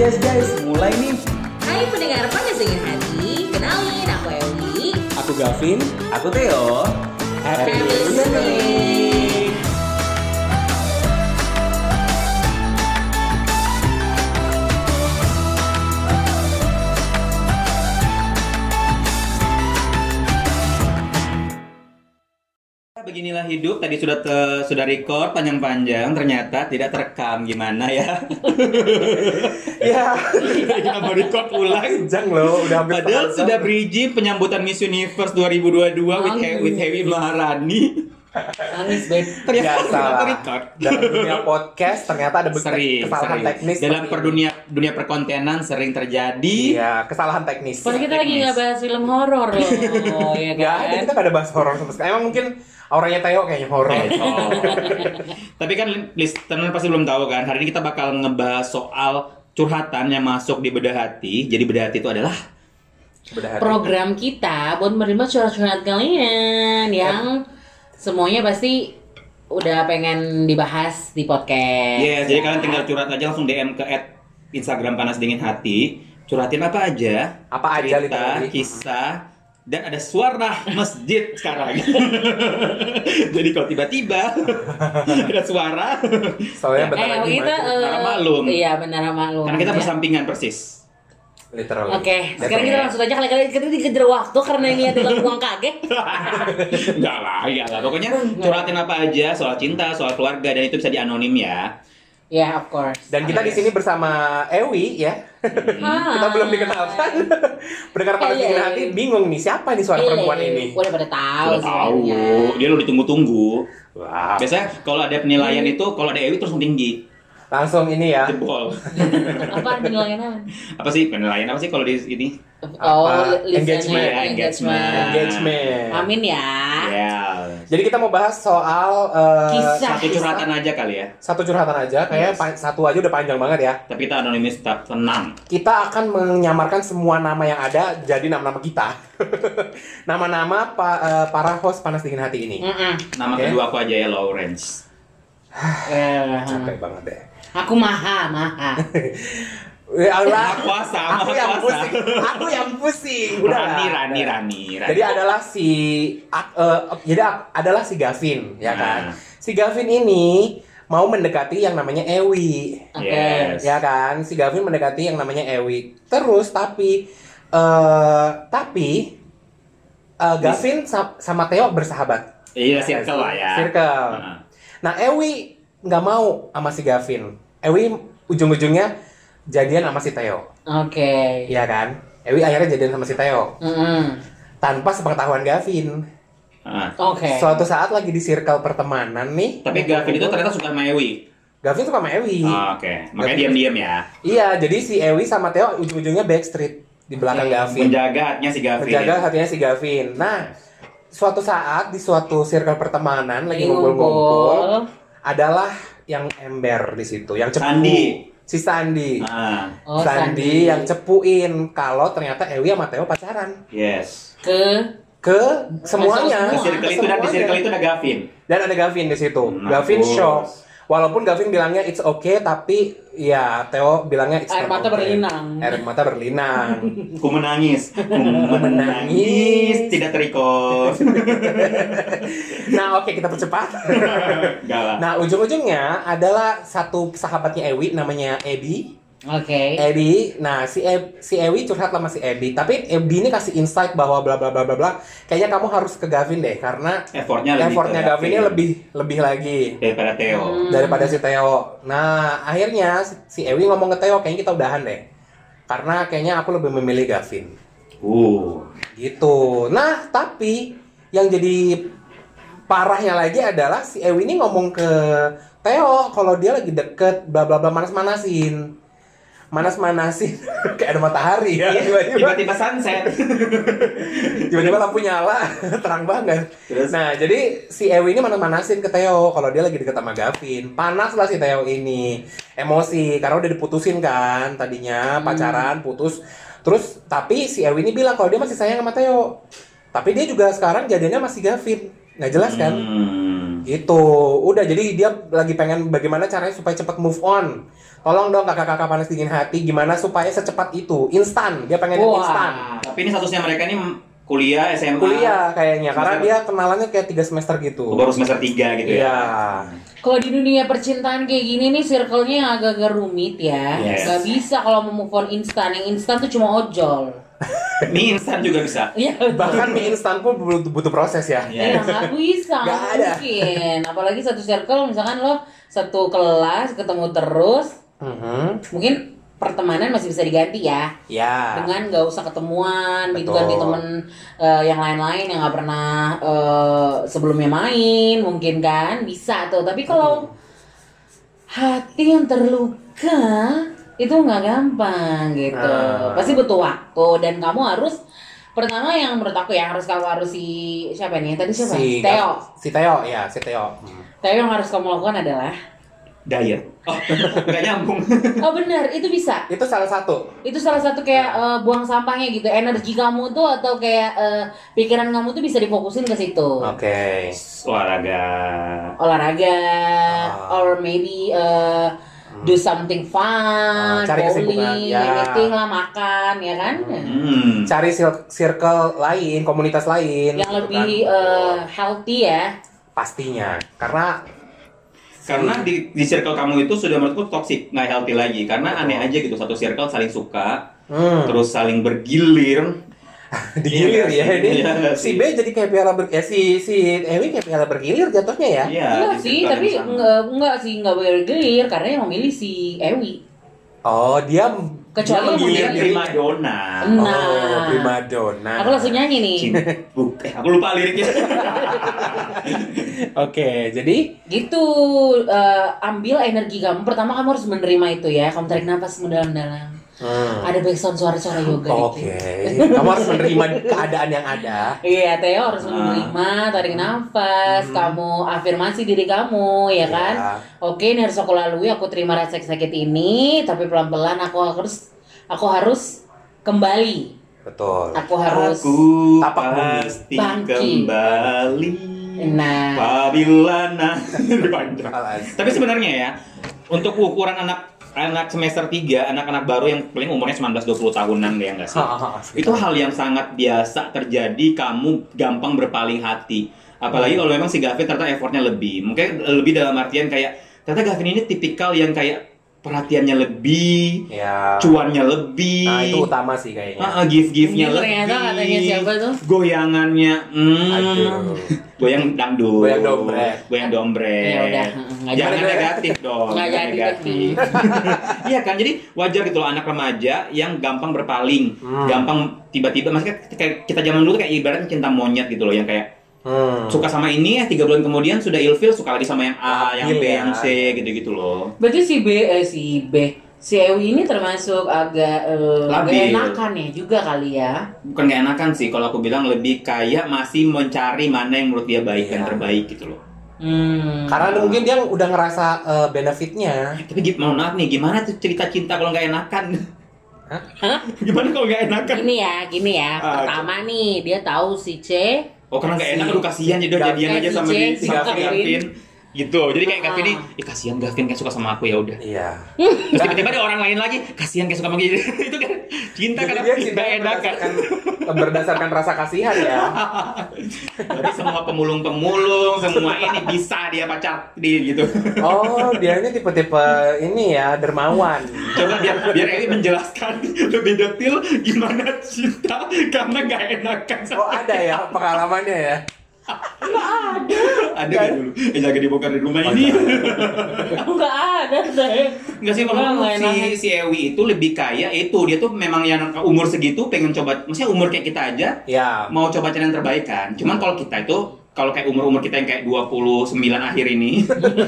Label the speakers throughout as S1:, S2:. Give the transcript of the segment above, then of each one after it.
S1: Yes guys, mulai nih.
S2: Hai pendengar podcast Ingin Hati, kenalin aku Ewi.
S1: Aku Gavin, aku Theo. Happy
S2: Happy
S1: listening.
S3: Beginilah hidup tadi sudah te- sudah record panjang-panjang ternyata tidak terekam gimana ya
S2: Iya.
S1: Ya,
S3: kita mau record ulang
S1: panjang loh, udah hampir
S3: padahal
S1: setengah
S3: sudah
S1: jam.
S3: bridging penyambutan Miss Universe 2022 with, He- with Hewi Maharani
S2: Nangis beb.
S3: ternyata
S1: Biasa
S3: tidak
S1: lah.
S3: terekam
S1: Ya, Dalam dunia podcast ternyata ada bentuk
S3: sering
S1: kesalahan
S3: sering
S1: teknis. Iya,
S3: dalam
S1: seperti
S3: perdunia dunia perkontenan sering
S1: ini.
S3: terjadi
S1: Iya, kesalahan teknis.
S2: Pas kita lagi
S3: Teknis.
S2: nggak bahas film horor loh, oh, ya
S1: Nggak ada,
S2: kan?
S1: kita nggak ada bahas horor sama sekali. Emang mungkin auranya Theo kayaknya horor.
S3: Eh, oh. Tapi kan listener pasti belum tahu kan. Hari ini kita bakal ngebahas soal curhatan yang masuk di bedah hati. Jadi bedah hati itu adalah
S1: Beda hati.
S2: Program kita buat menerima curhat-curhat kalian
S1: Iya.
S2: yang semuanya pasti udah pengen dibahas di podcast.
S1: Iya,
S3: Yes, jadi kalian tinggal curhat aja langsung DM ke at Instagram panas dingin hati. Curhatin apa aja?
S1: Apa aja,
S3: cerita,
S1: literally.
S3: kisah, dan ada suara masjid sekarang. jadi kalau tiba-tiba ada suara,
S1: Soalnya bentar
S2: Eh,
S1: lagi
S2: kita
S1: mulai.
S3: Menara
S2: eh,
S3: Maklum.
S2: Iya, benar maklum.
S3: karena kita
S1: Oh, iya.
S2: Ya.
S3: bersampingan persis.
S1: literally.
S2: Oke,
S1: That's
S2: sekarang kita
S1: all.
S2: langsung aja kali-kali kita dikejar waktu karena ini adalah uang kaget.
S3: Enggak lah, enggak lah. Pokoknya curhatin apa aja soal cinta, soal keluarga dan itu bisa dianonim ya.
S2: Ya, of course.
S1: Iya, Dan kita di sini bersama Ewi ya.
S2: Ah.
S1: kita belum dikenalkan. Pendengar paling
S2: Iya,
S1: dingin
S2: iya,
S1: hati
S2: iya.
S1: bingung nih siapa nih suara
S2: Iya,
S1: perempuan
S2: iya,
S1: ini.
S2: Udah pada tahu. iya.
S3: Udah tahu,
S2: sebenarnya.
S3: dia lo ditunggu-tunggu.
S1: Wah.
S3: Biasanya kalau ada penilaian itu, kalau ada Ewi terus langsung tinggi,
S1: Langsung ini ya.
S3: jebol.
S2: apa penilaian apa?
S3: apa sih penilaian apa sih kalau di ini
S2: Oh,
S1: Apa?
S2: listener
S1: Engagement.
S3: Ya, engagement.
S1: Engagement.
S2: Iya. Amin ya.
S1: Ah.
S3: ya
S1: Jadi kita mau bahas soal eh,
S2: Kisah.
S3: satu curhatan aja kali ya
S1: satu curhatan aja, kayak
S2: Yes.
S1: pa- satu aja udah panjang banget ya.
S3: tapi kita anonimis tetap tenang
S1: Kita akan menyamarkan semua nama yang ada jadi nama-nama kita. nama-nama pa- eh, para host panas dingin hati ini.
S2: Mm-mm.
S3: nama
S1: Oke.
S3: kedua aku aja ya Lawrence
S2: Eh,
S1: Capek banget deh.
S2: aku maha, maha.
S1: Eh,
S3: Maha
S1: Allah.
S3: kuasa,
S1: aku
S3: maha
S1: yang
S3: kuasa.
S1: pusing. Aku yang pusing. Udah. lah.
S3: Rani Rani Rani, Rani.
S1: Jadi adalah si ak- eh, jadi ak- adalah si Gavin, ya
S3: Nah.
S1: kan? Si Gavin ini mau mendekati yang namanya Ewi.
S2: Oke.
S3: Yes.
S1: Ya kan? Si Gavin mendekati yang namanya Ewi. Terus tapi eh tapi eh, Gavin sa- sama Theo bersahabat.
S3: iya circle lah ya
S1: Circle.
S3: Nah.
S1: Nah, Ewi nggak mau sama si Gavin. Ewi ujung-ujungnya jadian sama si Theo.
S2: Oke.
S1: Iya kan? Ewi akhirnya jadian sama si Theo
S2: Mm-mm.
S1: tanpa sepengetahuan Gavin.
S3: Nah.
S2: Oke.
S1: Suatu saat lagi di circle pertemanan nih.
S3: tapi Gavin itu ternyata suka sama Ewi
S1: Gavin suka sama Ewi.
S3: Ah, oke makanya diam diam ya
S1: Iya, jadi si Ewi sama Theo ujung-ujungnya backstreet di belakang
S2: Oke.
S1: Gavin.
S3: menjaga hatinya si Gavin
S1: Menjaga hatinya si Gavin. Nah, suatu saat di suatu circle pertemanan
S2: Ini
S1: lagi ngumpul-ngumpul adalah yang ember di situ, yang cepu.
S3: Sandi.
S1: Si Sandi.
S3: Ah,
S2: Oh,
S1: Sandi,
S2: Sandi.
S1: yang cepuin kalau ternyata Ewi sama Theo pacaran
S3: yes
S2: Ke
S1: ke semuanya.
S3: di
S2: Ke
S3: circle itu dan di
S1: Semuanya.
S3: circle itu Hmm, ada Gavin
S1: Dan ada Gavin di situ.
S3: Mampus.
S1: Gavin shock. Walaupun Gavin bilangnya it's okay, tapi ya Theo bilangnya it's
S2: Air
S1: not
S2: mata
S1: okay.
S2: berlinang.
S1: Air mata berlinang.
S3: ku menangis ku menangis tidak terikot
S1: nah, oke kita percepat.
S3: enggak lah
S1: Nah, ujung-ujungnya adalah satu sahabatnya Ewi namanya Edi.
S2: Oke.
S1: Edi, nah si E- si Ewi curhat sama si Edi, tapi Edi ini kasih insight bahwa bla bla bla bla bla. Kayaknya kamu harus ke Gavin deh karena
S3: effortnya lebih ke
S1: effortnya Gavinnya lebih lebih lagi
S3: daripada Theo
S2: Hmm.
S1: daripada si Theo. Nah, akhirnya si, si Ewi ngomong ke Theo, kayaknya kita udahan deh. Karena kayaknya aku lebih memilih Gavin.
S3: Uh,
S1: Gitu. Nah, tapi yang jadi parahnya lagi adalah si Ewi ini ngomong ke Theo kalau dia lagi deket bla bla bla manas-manasin. Manas-manasin kayak ada matahari ya.
S3: Iya.
S1: Tiba-tiba
S3: tiba-tiba sunset.
S1: tiba-tiba lampu nyala, terang banget.
S3: Terus?
S1: Nah, jadi si Ewi ini manas-manasin ke Theo kalau dia lagi deket sama Gavin. Panas lah si Theo ini. Emosi karena udah diputusin kan
S3: Hmm.
S1: tadinya pacaran putus. Terus tapi si Ewi ini bilang kalau dia masih sayang sama Theo. Tapi dia juga sekarang jadinya masih Gavin. Nggak jelas kan?
S3: Hmm.
S1: Gitu. Udah jadi dia lagi pengen bagaimana caranya supaya cepat move on. Tolong dong kakak-kakak panas dingin hati gimana supaya secepat itu. Instan. Dia pengen yang
S2: Wah.
S1: instan.
S3: Tapi ini statusnya mereka ini kuliah SMA.
S1: Kuliah kayaknya karena
S3: Semester-
S1: dia kenalannya kayak tiga semester gitu.
S3: Oh, baru semester 3 gitu
S1: Iya.
S3: ya.
S2: Kalau di dunia percintaan kayak gini nih circle-nya yang agak-agak rumit ya.
S3: Yes.
S2: Gak bisa kalau mau move on instan. Yang instan tuh cuma ojol.
S1: Iya.
S3: Mie instan juga bisa.
S2: Iya.
S1: Bahkan mie instan pun butuh, butuh proses ya.
S3: Iya.
S2: Iya, nggak bisa,
S1: Nggak
S2: nggak
S1: ada.
S2: mungkin. Apalagi satu circle, misalkan lo satu kelas ketemu terus,
S1: Mhm.
S2: mungkin pertemanan masih bisa diganti ya.
S3: Iya.
S1: Ya.
S2: dengan nggak usah ketemuan gitu kan di
S1: Betul.
S2: temen eh, yang lain-lain yang nggak pernah eh, sebelumnya main mungkin kan bisa tuh tapi kalau hati yang terluka itu nggak gampang gitu
S1: Nah.
S2: pasti butuh waktu dan kamu harus pertama yang menurut aku ya harus kamu harus si siapa nih tadi siapa
S1: Si
S2: Theo
S1: Si Teo
S3: iya,
S1: ya, si Teo. Hmm.
S2: Theo yang harus kamu lakukan adalah
S3: Diet. Oh, nggak nyambung.
S2: oh benar itu bisa
S1: Itu salah satu.
S2: itu salah satu kayak eh, buang sampahnya gitu energi kamu tuh atau kayak eh, pikiran kamu tuh bisa difokusin ke situ
S1: Ah. Oke.
S3: Olahraga.
S2: olahraga
S1: Ah. Hmm.
S2: or maybe eh,
S1: Mm.
S2: do something fun
S1: Ah, cari kesibukan,
S2: bowling
S1: ya.
S2: anything lah makan ya kan
S3: Hmm.
S1: Cari sil- circle lain, komunitas lain.
S2: yang
S1: gitu
S2: lebih
S1: kan.
S2: eh, healthy ya
S1: pastinya. Karena
S3: Karena di, di circle kamu itu sudah menurutku toxic, nggak healthy lagi. Karena aneh aja gitu, satu circle saling suka,
S1: hmm,
S3: terus saling bergilir.
S1: digilir
S3: Iya,
S1: ya ini
S3: iya, sih.
S1: si B jadi kayak piala ber eh, si si Ewi kayak piala bergilir jatuhnya ya
S3: Iya,
S2: enggak
S3: di
S2: sih
S3: circle
S2: tapi
S3: yang sama.
S2: enggak, enggak sih enggak bergelir karena yang memilih si Ewi
S1: oh dia
S3: Dia
S2: kecuali yang
S3: menggilir
S2: memilih
S3: prima donna.
S2: Hmm.
S1: oh
S2: Nah.
S1: primadona
S2: aku langsung nyanyi nih
S3: Cinta. Eh, aku lupa liriknya.
S1: oke jadi
S2: gitu eh, ambil energi kamu pertama kamu harus menerima itu ya kamu tarik nafas mendalam-dalam
S1: hmm, Oh,
S2: ada background suara-suara yoga
S1: oke
S2: dikit.
S1: kamu harus menerima keadaan yang ada
S2: Iya, Theo harus
S3: Ah.
S2: menerima, tarik nafas,
S1: Nah. Hmm.
S2: kamu afirmasi diri kamu, ya kan?
S1: Ya.
S2: Oke, ini harus aku lalui, aku terima rasa sakit ini, tapi pelan-pelan aku harus aku harus kembali.
S1: betul
S2: Aku harus
S3: Aku
S1: Tapak bumi.
S3: pasti
S2: Bangkit.
S3: kembali.
S2: Nah.
S3: Pabila nah. Dipanjang.
S1: Alas.
S3: Tapi sebenarnya ya, untuk ukuran anak anak semester 3, anak-anak baru yang paling umurnya 19-20 tahunan ya enggak sih? Itu hal yang sangat biasa terjadi, kamu gampang berpaling hati.
S1: Hmm.
S3: Apalagi kalau memang si Gavin ternyata effortnya lebih. Mungkin lebih dalam artian kayak, ternyata Gavin ini tipikal yang kayak perhatiannya lebih,
S1: ya
S3: cuannya lebih.
S1: nah itu utama sih kayaknya
S3: Ah, give give nya
S2: Ini
S3: lebih.
S2: ternyata katanya siapa tuh?
S3: Goyangannya, hmm.
S1: aduh
S3: Goyang dangdut.
S1: Goyang dombrek.
S3: Goyang dombrek.
S2: Ya udah, nggak
S3: Jangan
S1: jadi.
S3: negatif dong.
S2: Nggak
S3: jangan
S2: jadi Hmm. deh.
S3: negatif. Iya kan, jadi wajar gitu loh anak remaja yang gampang berpaling,
S1: Hmm.
S3: gampang tiba-tiba. Maksudnya kayak kita zaman dulu tuh kayak ibaratnya cinta monyet gitu loh, yang kayak
S1: Hmm.
S3: suka sama ini ya tiga bulan kemudian sudah ilfil suka lagi sama yang A, yang B,
S1: Labil ya.
S3: yang C gitu-gitu loh.
S2: Berarti si B eh, si B Si Ewi ini termasuk agak eh, agak
S3: Labil.
S2: enakan ya juga kali ya.
S3: Bukan gak enakan sih kalau aku bilang lebih kayak masih mencari mana yang menurut dia baik dan
S1: Iya.
S3: terbaik gitu loh.
S2: Hmm.
S1: karena mungkin dia udah ngerasa eh, benefitnya
S3: Tapi Gip, mohon maaf nih, gimana tuh cerita cinta kalau nggak enakan?
S1: Hah?
S3: gimana kalau nggak enakan?
S2: Gini ya, gini ya.
S3: Ah,
S2: Pertama nih, dia tahu si C
S3: Oh karena nggak enak, aduh kasihan jadi
S1: Gavin,
S3: jadian aja sama
S2: si
S3: di
S2: Jane,
S3: sama
S2: sama
S3: si
S2: Gavin.
S3: Gavin. Gitu, jadi kayak
S2: Ah.
S3: Gavin ini, ih kasihan Gavin kan suka sama aku ya udah.
S1: Iya.
S3: Terus tiba-tiba ada orang lain lagi, kasihan kayak suka sama gitu. Itu kan cinta
S1: Jadi
S3: karena
S1: dia cinta
S3: nggak kan? enakan.
S1: berdasarkan, berdasarkan rasa kasihan ya.
S3: Jadi semua pemulung-pemulung, semua ini bisa dia pacar di gitu.
S1: Oh, dia ini tipe-tipe ini ya, dermawan.
S3: Coba biar biar Eli menjelaskan lebih detail gimana cinta karena nggak enakan
S1: Oh,
S3: sama
S1: ada ya pengalamannya ya.
S3: ada nggak dulu eh jangan dibongkar di
S1: Oh,
S3: rumah ini
S1: iya.
S2: Enggak ada deh.
S3: nggak sih kalau
S2: Nggak
S3: si
S2: enakan.
S3: si Ewi itu lebih kaya itu dia tuh memang yang umur segitu pengen coba maksudnya umur kayak kita aja
S1: Ya.
S3: mau coba cari yang terbaik kan cuman kalau kita itu kalau kayak umur-umur kita yang kayak 29 akhir ini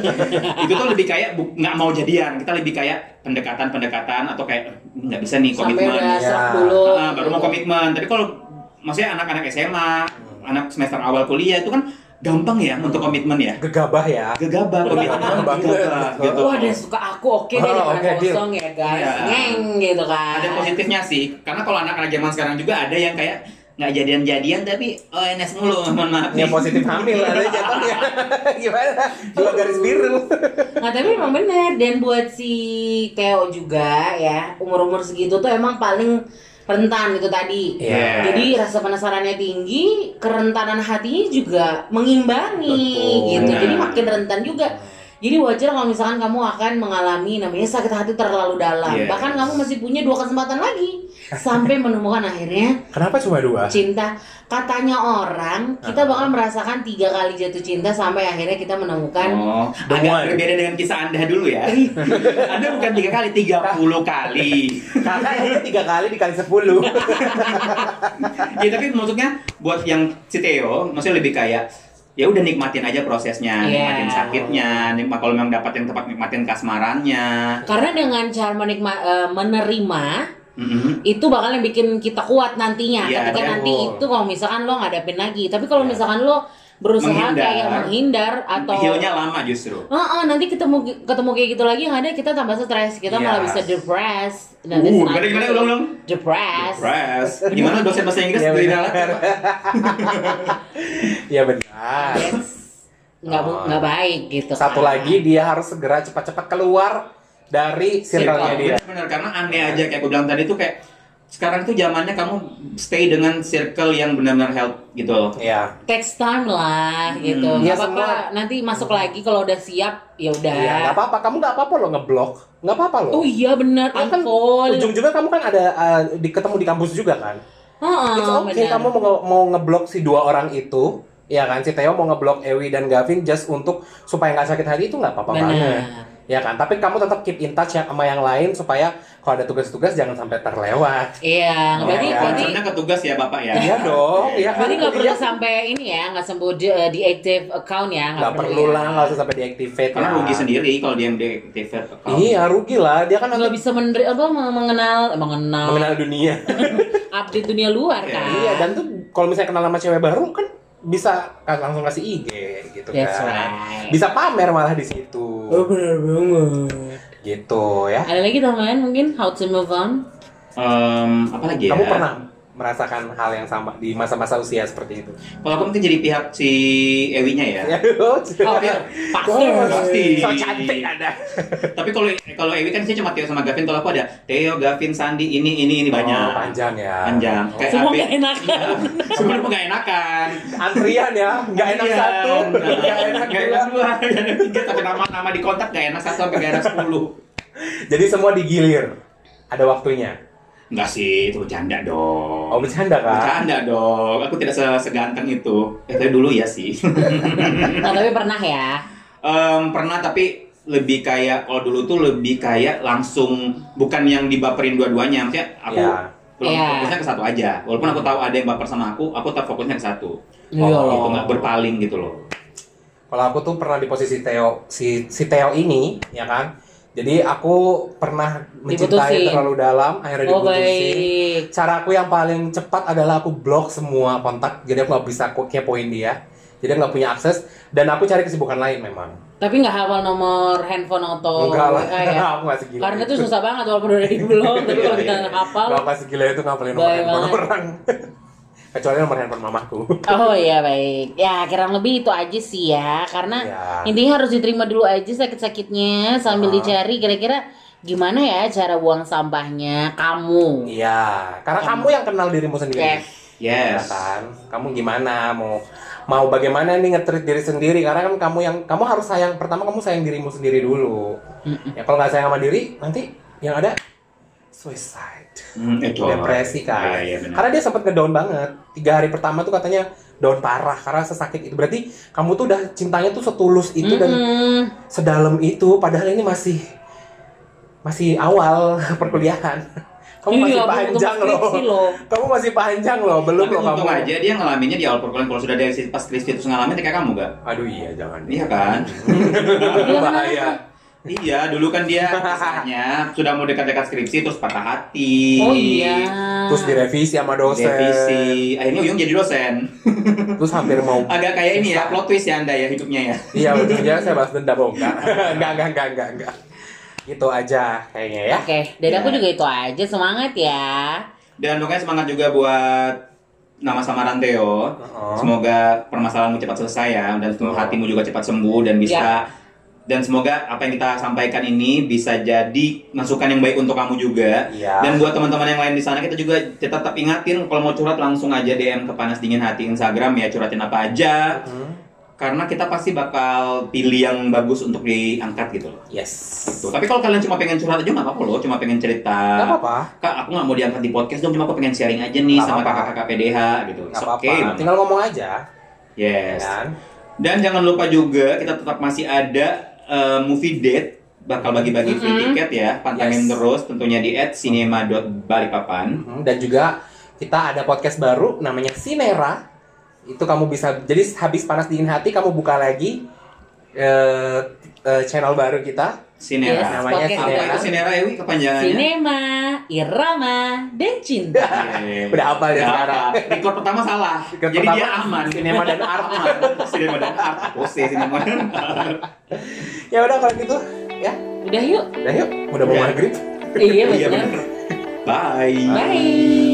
S3: itu tuh lebih kayak bu- nggak mau jadian kita lebih kayak pendekatan-pendekatan atau kayak "Eh, nggak bisa nih
S2: Sampai
S3: komitmen
S2: udah gitu.
S1: Ya.
S2: serak dulu.
S3: Ah, baru mau komitmen. Tapi kalau maksudnya anak-anak SMA, anak semester awal kuliah itu kan gampang ya untuk komitmen ya.
S1: Gegabah ya.
S3: Gegabah komitmen,
S1: Gampang
S3: gegabah
S1: banget.
S3: gitu.
S2: Wah, dia suka aku oke deh
S1: Oh,
S2: daripada
S1: oke, deal.
S2: kosong ya guys.
S3: Iya.
S2: Ngeng gitu kan.
S3: Ada positifnya sih, karena kalau anak-anak zaman sekarang juga ada yang kayak nggak jadian-jadian tapi ONS mulu mohon maaf
S1: Yang positif hamil ada jatuhnya. Gimana? Dua garis biru.
S2: Nah tapi memang bener dan buat si Theo juga ya umur-umur segitu tuh emang paling rentan itu tadi.
S1: Iya.
S2: Jadi rasa penasarannya tinggi, kerentanan hatinya juga mengimbangi
S1: Betul.
S2: gitu. Jadi
S3: Nah.
S2: makin rentan juga. Jadi wajar kalau misalkan kamu akan mengalami namanya sakit hati terlalu dalam.
S3: Yes.
S2: Bahkan kamu masih punya dua kesempatan lagi sampai menemukan akhirnya
S1: Kenapa cuma dua?
S2: cinta katanya orang kita bakal merasakan tiga kali jatuh cinta sampai akhirnya kita menemukan
S3: Oh,
S1: The
S3: agak
S1: one.
S3: berbeda dengan kisah anda dulu ya. anda bukan tiga kali, 30 kali.
S1: Kakak ini tiga kali dikali sepuluh.
S3: ya tapi maksudnya buat yang si Theo, maksudnya lebih kayak ya udah nikmatin aja prosesnya,
S2: Iya.
S3: nikmatin sakitnya, nikmat kalau memang dapat yang tepat nikmatin kasmarannya.
S2: karena dengan cara menikma- eh, menerima
S3: Mm-mm.
S2: itu bakal yang bikin kita kuat nantinya
S3: Iya,
S2: ketika
S3: betul. Iya.
S2: nanti itu kalau misalkan lo ngadapin lagi tapi kalau misalkan lo berusaha
S3: Menghindar.
S2: kayak menghindar atau
S3: Heal-nya lama justru.
S2: Ah, ah, nanti ketemu ketemu kayak gitu lagi yang ada kita tambah stres kita malah
S3: Yes.
S2: bisa depressed
S3: Iya. Uh,
S2: it's
S3: gimana,
S2: not
S3: gimana,
S2: good.
S3: ulang, ulang?
S2: depressed
S3: Press. Gimana dosen bahasa Inggris
S1: Iya,
S3: dari
S1: benar.
S3: Dalat?
S1: ya benar.
S2: That's nggak bu-
S1: Oh.
S2: nggak baik gitu
S1: Satu
S2: kan.
S1: lagi dia harus segera cepat-cepat keluar dari circle-nya dia.
S3: Bener, karena aneh aja kayak aku bilang tadi tuh kayak sekarang tuh zamannya kamu stay dengan circle yang benar-benar health gitu loh.
S1: Iya.
S2: text time lah gitu.
S3: Hmm.
S2: Nggak
S1: Iya,
S2: apa-apa, nanti masuk lagi kalau udah siap ya udah.
S1: Iya, nggak apa-apa. Kamu nggak apa-apa loh ngeblok. Nggak apa-apa loh.
S2: oh iya bener,
S1: Kamu kan
S2: unfollow.
S1: ujung-ujungnya kamu kan ada uh, di, ketemu di kampus juga kan.
S2: Heeh,
S1: It's okay
S2: bener.
S1: kamu mau, nge- mau ngeblok si dua orang itu, ya kan? Si Theo mau ngeblok Ewi dan Gavin just untuk supaya nggak sakit hati itu nggak apa-apa
S2: Bener.
S1: banget. Ya kan? Tapi kamu tetap keep in touch yang sama yang lain supaya kalau ada tugas-tugas jangan sampai terlewat.
S2: Iya, berarti
S1: Oh, iya.
S2: berarti
S3: Concernnya ke tugas ya Bapak ya.
S1: Iya dong, iya kan?
S2: berarti nggak perlu
S1: Iya.
S2: sampai ini ya, nggak sembuh di, deactive account ya,
S1: Nggak perlu
S2: ya.
S1: lah, nggak usah sampai deactivate.
S3: Karena
S1: lah.
S3: rugi sendiri kalau dia yang deactivate account.
S1: Iya, rugi lah. Dia kan
S2: Nggak
S1: nanti
S2: bisa mener, apa mengenal eh, mengenal
S1: mengenal dunia.
S2: Nah. update dunia luar
S3: Iya,
S2: kan.
S1: iya, dan tuh kalau misalnya kenal sama cewek baru kan bisa kan langsung kasih IG gitu
S2: That's
S1: kan.
S2: right. Oh.
S1: Bisa pamer malah di Oh, situ.
S2: bener banget.
S1: Gitu ya.
S2: Ada lagi tambahan mungkin how to move on?
S3: Em, apa lagi
S2: Iya.
S3: ya?
S1: Kamu pernah merasakan hal yang sama di masa-masa usia seperti itu?
S3: Kalau kamu tuh jadi pihak si Ewinya ya.
S1: Ya,
S2: Oh, pasti.
S3: pasti.
S1: So cantik ada.
S3: Tapi kalau kalau Ewi kan sih cuma Theo sama Gavin. Kalau aku ada Theo, Gavin, Sandi, ini ini ini
S1: Oh,
S3: banyak.
S1: panjang ya.
S3: Panjang. Kayak
S2: Semua
S3: Abe-
S2: nggak enakan.
S3: Iya. Semua nggak enakan.
S1: Antrian ya, nggak enak
S3: Iya,
S1: satu, nggak enak
S3: nggak
S1: dua.
S3: enak dua, nggak enak tiga, tapi nama-nama di kontak nggak enak satu sampai nggak enak sepuluh.
S1: Jadi semua digilir. Ada waktunya.
S3: Enggak sih, itu bercanda dong.
S1: Oh, bercanda kan?
S3: Bercanda dong, aku tidak se- seganteng itu. Eh, tapi dulu ya sih.
S2: Nah, tapi pernah ya.
S3: Em, pernah tapi lebih kayak kalau dulu tuh lebih kayak langsung bukan yang dibaperin dua-duanya maksudnya aku
S1: Iya.
S3: belum
S2: Iya.
S3: fokusnya ke satu aja walaupun aku tahu ada yang baper sama aku aku tetap fokusnya ke satu
S2: Iya.
S1: Oh.
S3: gitu nggak berpaling gitu loh
S1: Kalau aku tuh pernah di posisi Theo, si, si Theo ini, ya kan? Jadi aku pernah mencintai
S2: Diputusin.
S1: terlalu dalam, akhirnya
S2: Oh
S1: diputusin.
S2: baik.
S1: cara aku yang paling cepat adalah aku blok semua kontak jadi aku nggak bisa ku- kepoin dia jadi nggak punya akses dan aku cari kesibukan lain memang
S2: Tapi nggak hafal nomor handphone atau
S1: enggak lah Iya,
S2: WA ya?
S1: aku nggak segila
S2: Karena itu susah banget walaupun udah di blog tapi kalau kita nggak hafal.
S1: nggak pasti gila itu ngapalin nomor
S2: Baik
S1: handphone
S2: banget.
S1: orang kecuali nomor handphone mamaku
S2: Oh iya baik. Ya kurang lebih itu aja sih ya. Karena
S1: Iya.
S2: intinya harus diterima dulu aja sakit-sakitnya sambil
S1: Ah.
S2: dicari kira-kira gimana ya cara buang sampahnya kamu.
S1: iya karena kamu yang kenal dirimu sendiri
S2: Yes.
S1: Iya
S3: yes
S1: kan kamu gimana mau mau bagaimana nih ngetrit diri sendiri karena kan kamu yang kamu harus sayang pertama kamu sayang dirimu sendiri dulu
S2: Mm-mm.
S1: ya kalau nggak sayang sama diri nanti yang ada suicide
S3: Hmm, itu
S1: depresi kan.
S3: Iya, iya, benar.
S1: karena dia sempat ngedown banget. Tiga hari pertama tuh katanya down parah karena sesakit itu. Berarti kamu tuh udah cintanya tuh setulus itu dan
S2: Mm-mm.
S1: sedalam itu. Padahal ini masih masih awal perkuliahan. Kamu
S2: Iya,
S1: masih
S2: belum
S1: panjang
S2: tempat skripsi
S1: loh.
S2: loh.
S1: Kamu masih panjang loh. Belum
S3: Tapi
S1: loh
S3: untung
S1: kamu.
S3: aja dia ngalaminnya di awal perkuliahan kalau sudah dari sisi- pas Kristi terus ngalamin kayak kamu gak?
S1: Aduh iya jangan.
S3: Iya kan?
S2: kan?
S1: Bahaya.
S3: iya, dulu kan dia misalnya sudah mau dekat-dekat skripsi terus patah hati.
S2: Oh iya.
S1: Terus direvisi sama dosen.
S3: Devisi. Akhirnya Uyung jadi dosen.
S1: Terus hampir mau.
S3: Agak kayak ini ya, plot twist ya anda ya hidupnya ya.
S1: iya ujungnya saya balas dendam oh enggak. enggak enggak enggak enggak enggak. Gitu aja kayaknya ya.
S2: Oke, dari aku
S3: Ya.
S2: juga itu aja semangat ya.
S3: Dan pokoknya semangat juga buat nama samaran Theo.
S1: Heeh.
S3: Semoga permasalahanmu cepat selesai ya dan
S1: Betul.
S3: hatimu juga cepat sembuh dan
S2: Ya.
S3: bisa dan semoga apa yang kita sampaikan ini bisa jadi masukan yang baik untuk kamu juga.
S1: Iya.
S3: Dan buat teman-teman yang lain di sana kita juga tetap ingatin kalau mau curhat langsung aja DM ke panas dingin hati Instagram ya curhatin apa aja
S1: Hmm.
S3: karena kita pasti bakal pilih yang bagus untuk diangkat gitu loh.
S1: Yes.
S3: Tuh. Tapi kalau kalian cuma pengen curhat aja nggak apa-apa loh, cuma pengen cerita.
S1: Gak apa-apa,
S3: Kak, aku nggak mau diangkat di podcast dong, cuma aku pengen sharing aja nih
S1: Nggak
S3: sama
S1: apa-apa.
S3: kakak-kakak PDH gitu.
S1: gak
S3: It's
S1: apa-apa.
S3: okay banget.
S1: Tinggal ngomong aja,
S3: Yes.
S1: kan?
S3: Dan jangan lupa juga kita tetap masih ada eh, movie date bakal bagi-bagi free
S2: Mhm.
S3: tiket ya. Pantengin
S1: Yes.
S3: terus tentunya di @cinema.balikpapan.
S1: Hmm, Dan juga kita ada podcast baru namanya Sinera. Itu kamu bisa jadi habis panas dingin hati kamu buka lagi eh, eh, channel baru kita.
S2: Yes,
S3: Sinera.
S1: namanya
S2: podcast
S3: Apa
S1: Sinera.
S3: itu Sinera Ewi kepanjangannya?
S2: Sinema, irama, dan
S1: Ya.
S2: cinta.
S3: Iya, Yeay.
S1: Udah hafal ya
S3: Udah
S1: sekarang.
S3: hafal. Record pertama salah.
S1: Record
S3: Jadi
S1: pertama,
S3: dia aman.
S1: Sinema dan Art.
S3: aman. Sinema dan art. Pose sinema dan art.
S1: Ya udah kalau gitu ya.
S2: Udah yuk.
S1: Udah yuk, udah mau
S3: Ya.
S1: maghrib.
S2: Iya
S3: Iya
S2: benar.
S3: bener. Bye.
S2: Bye.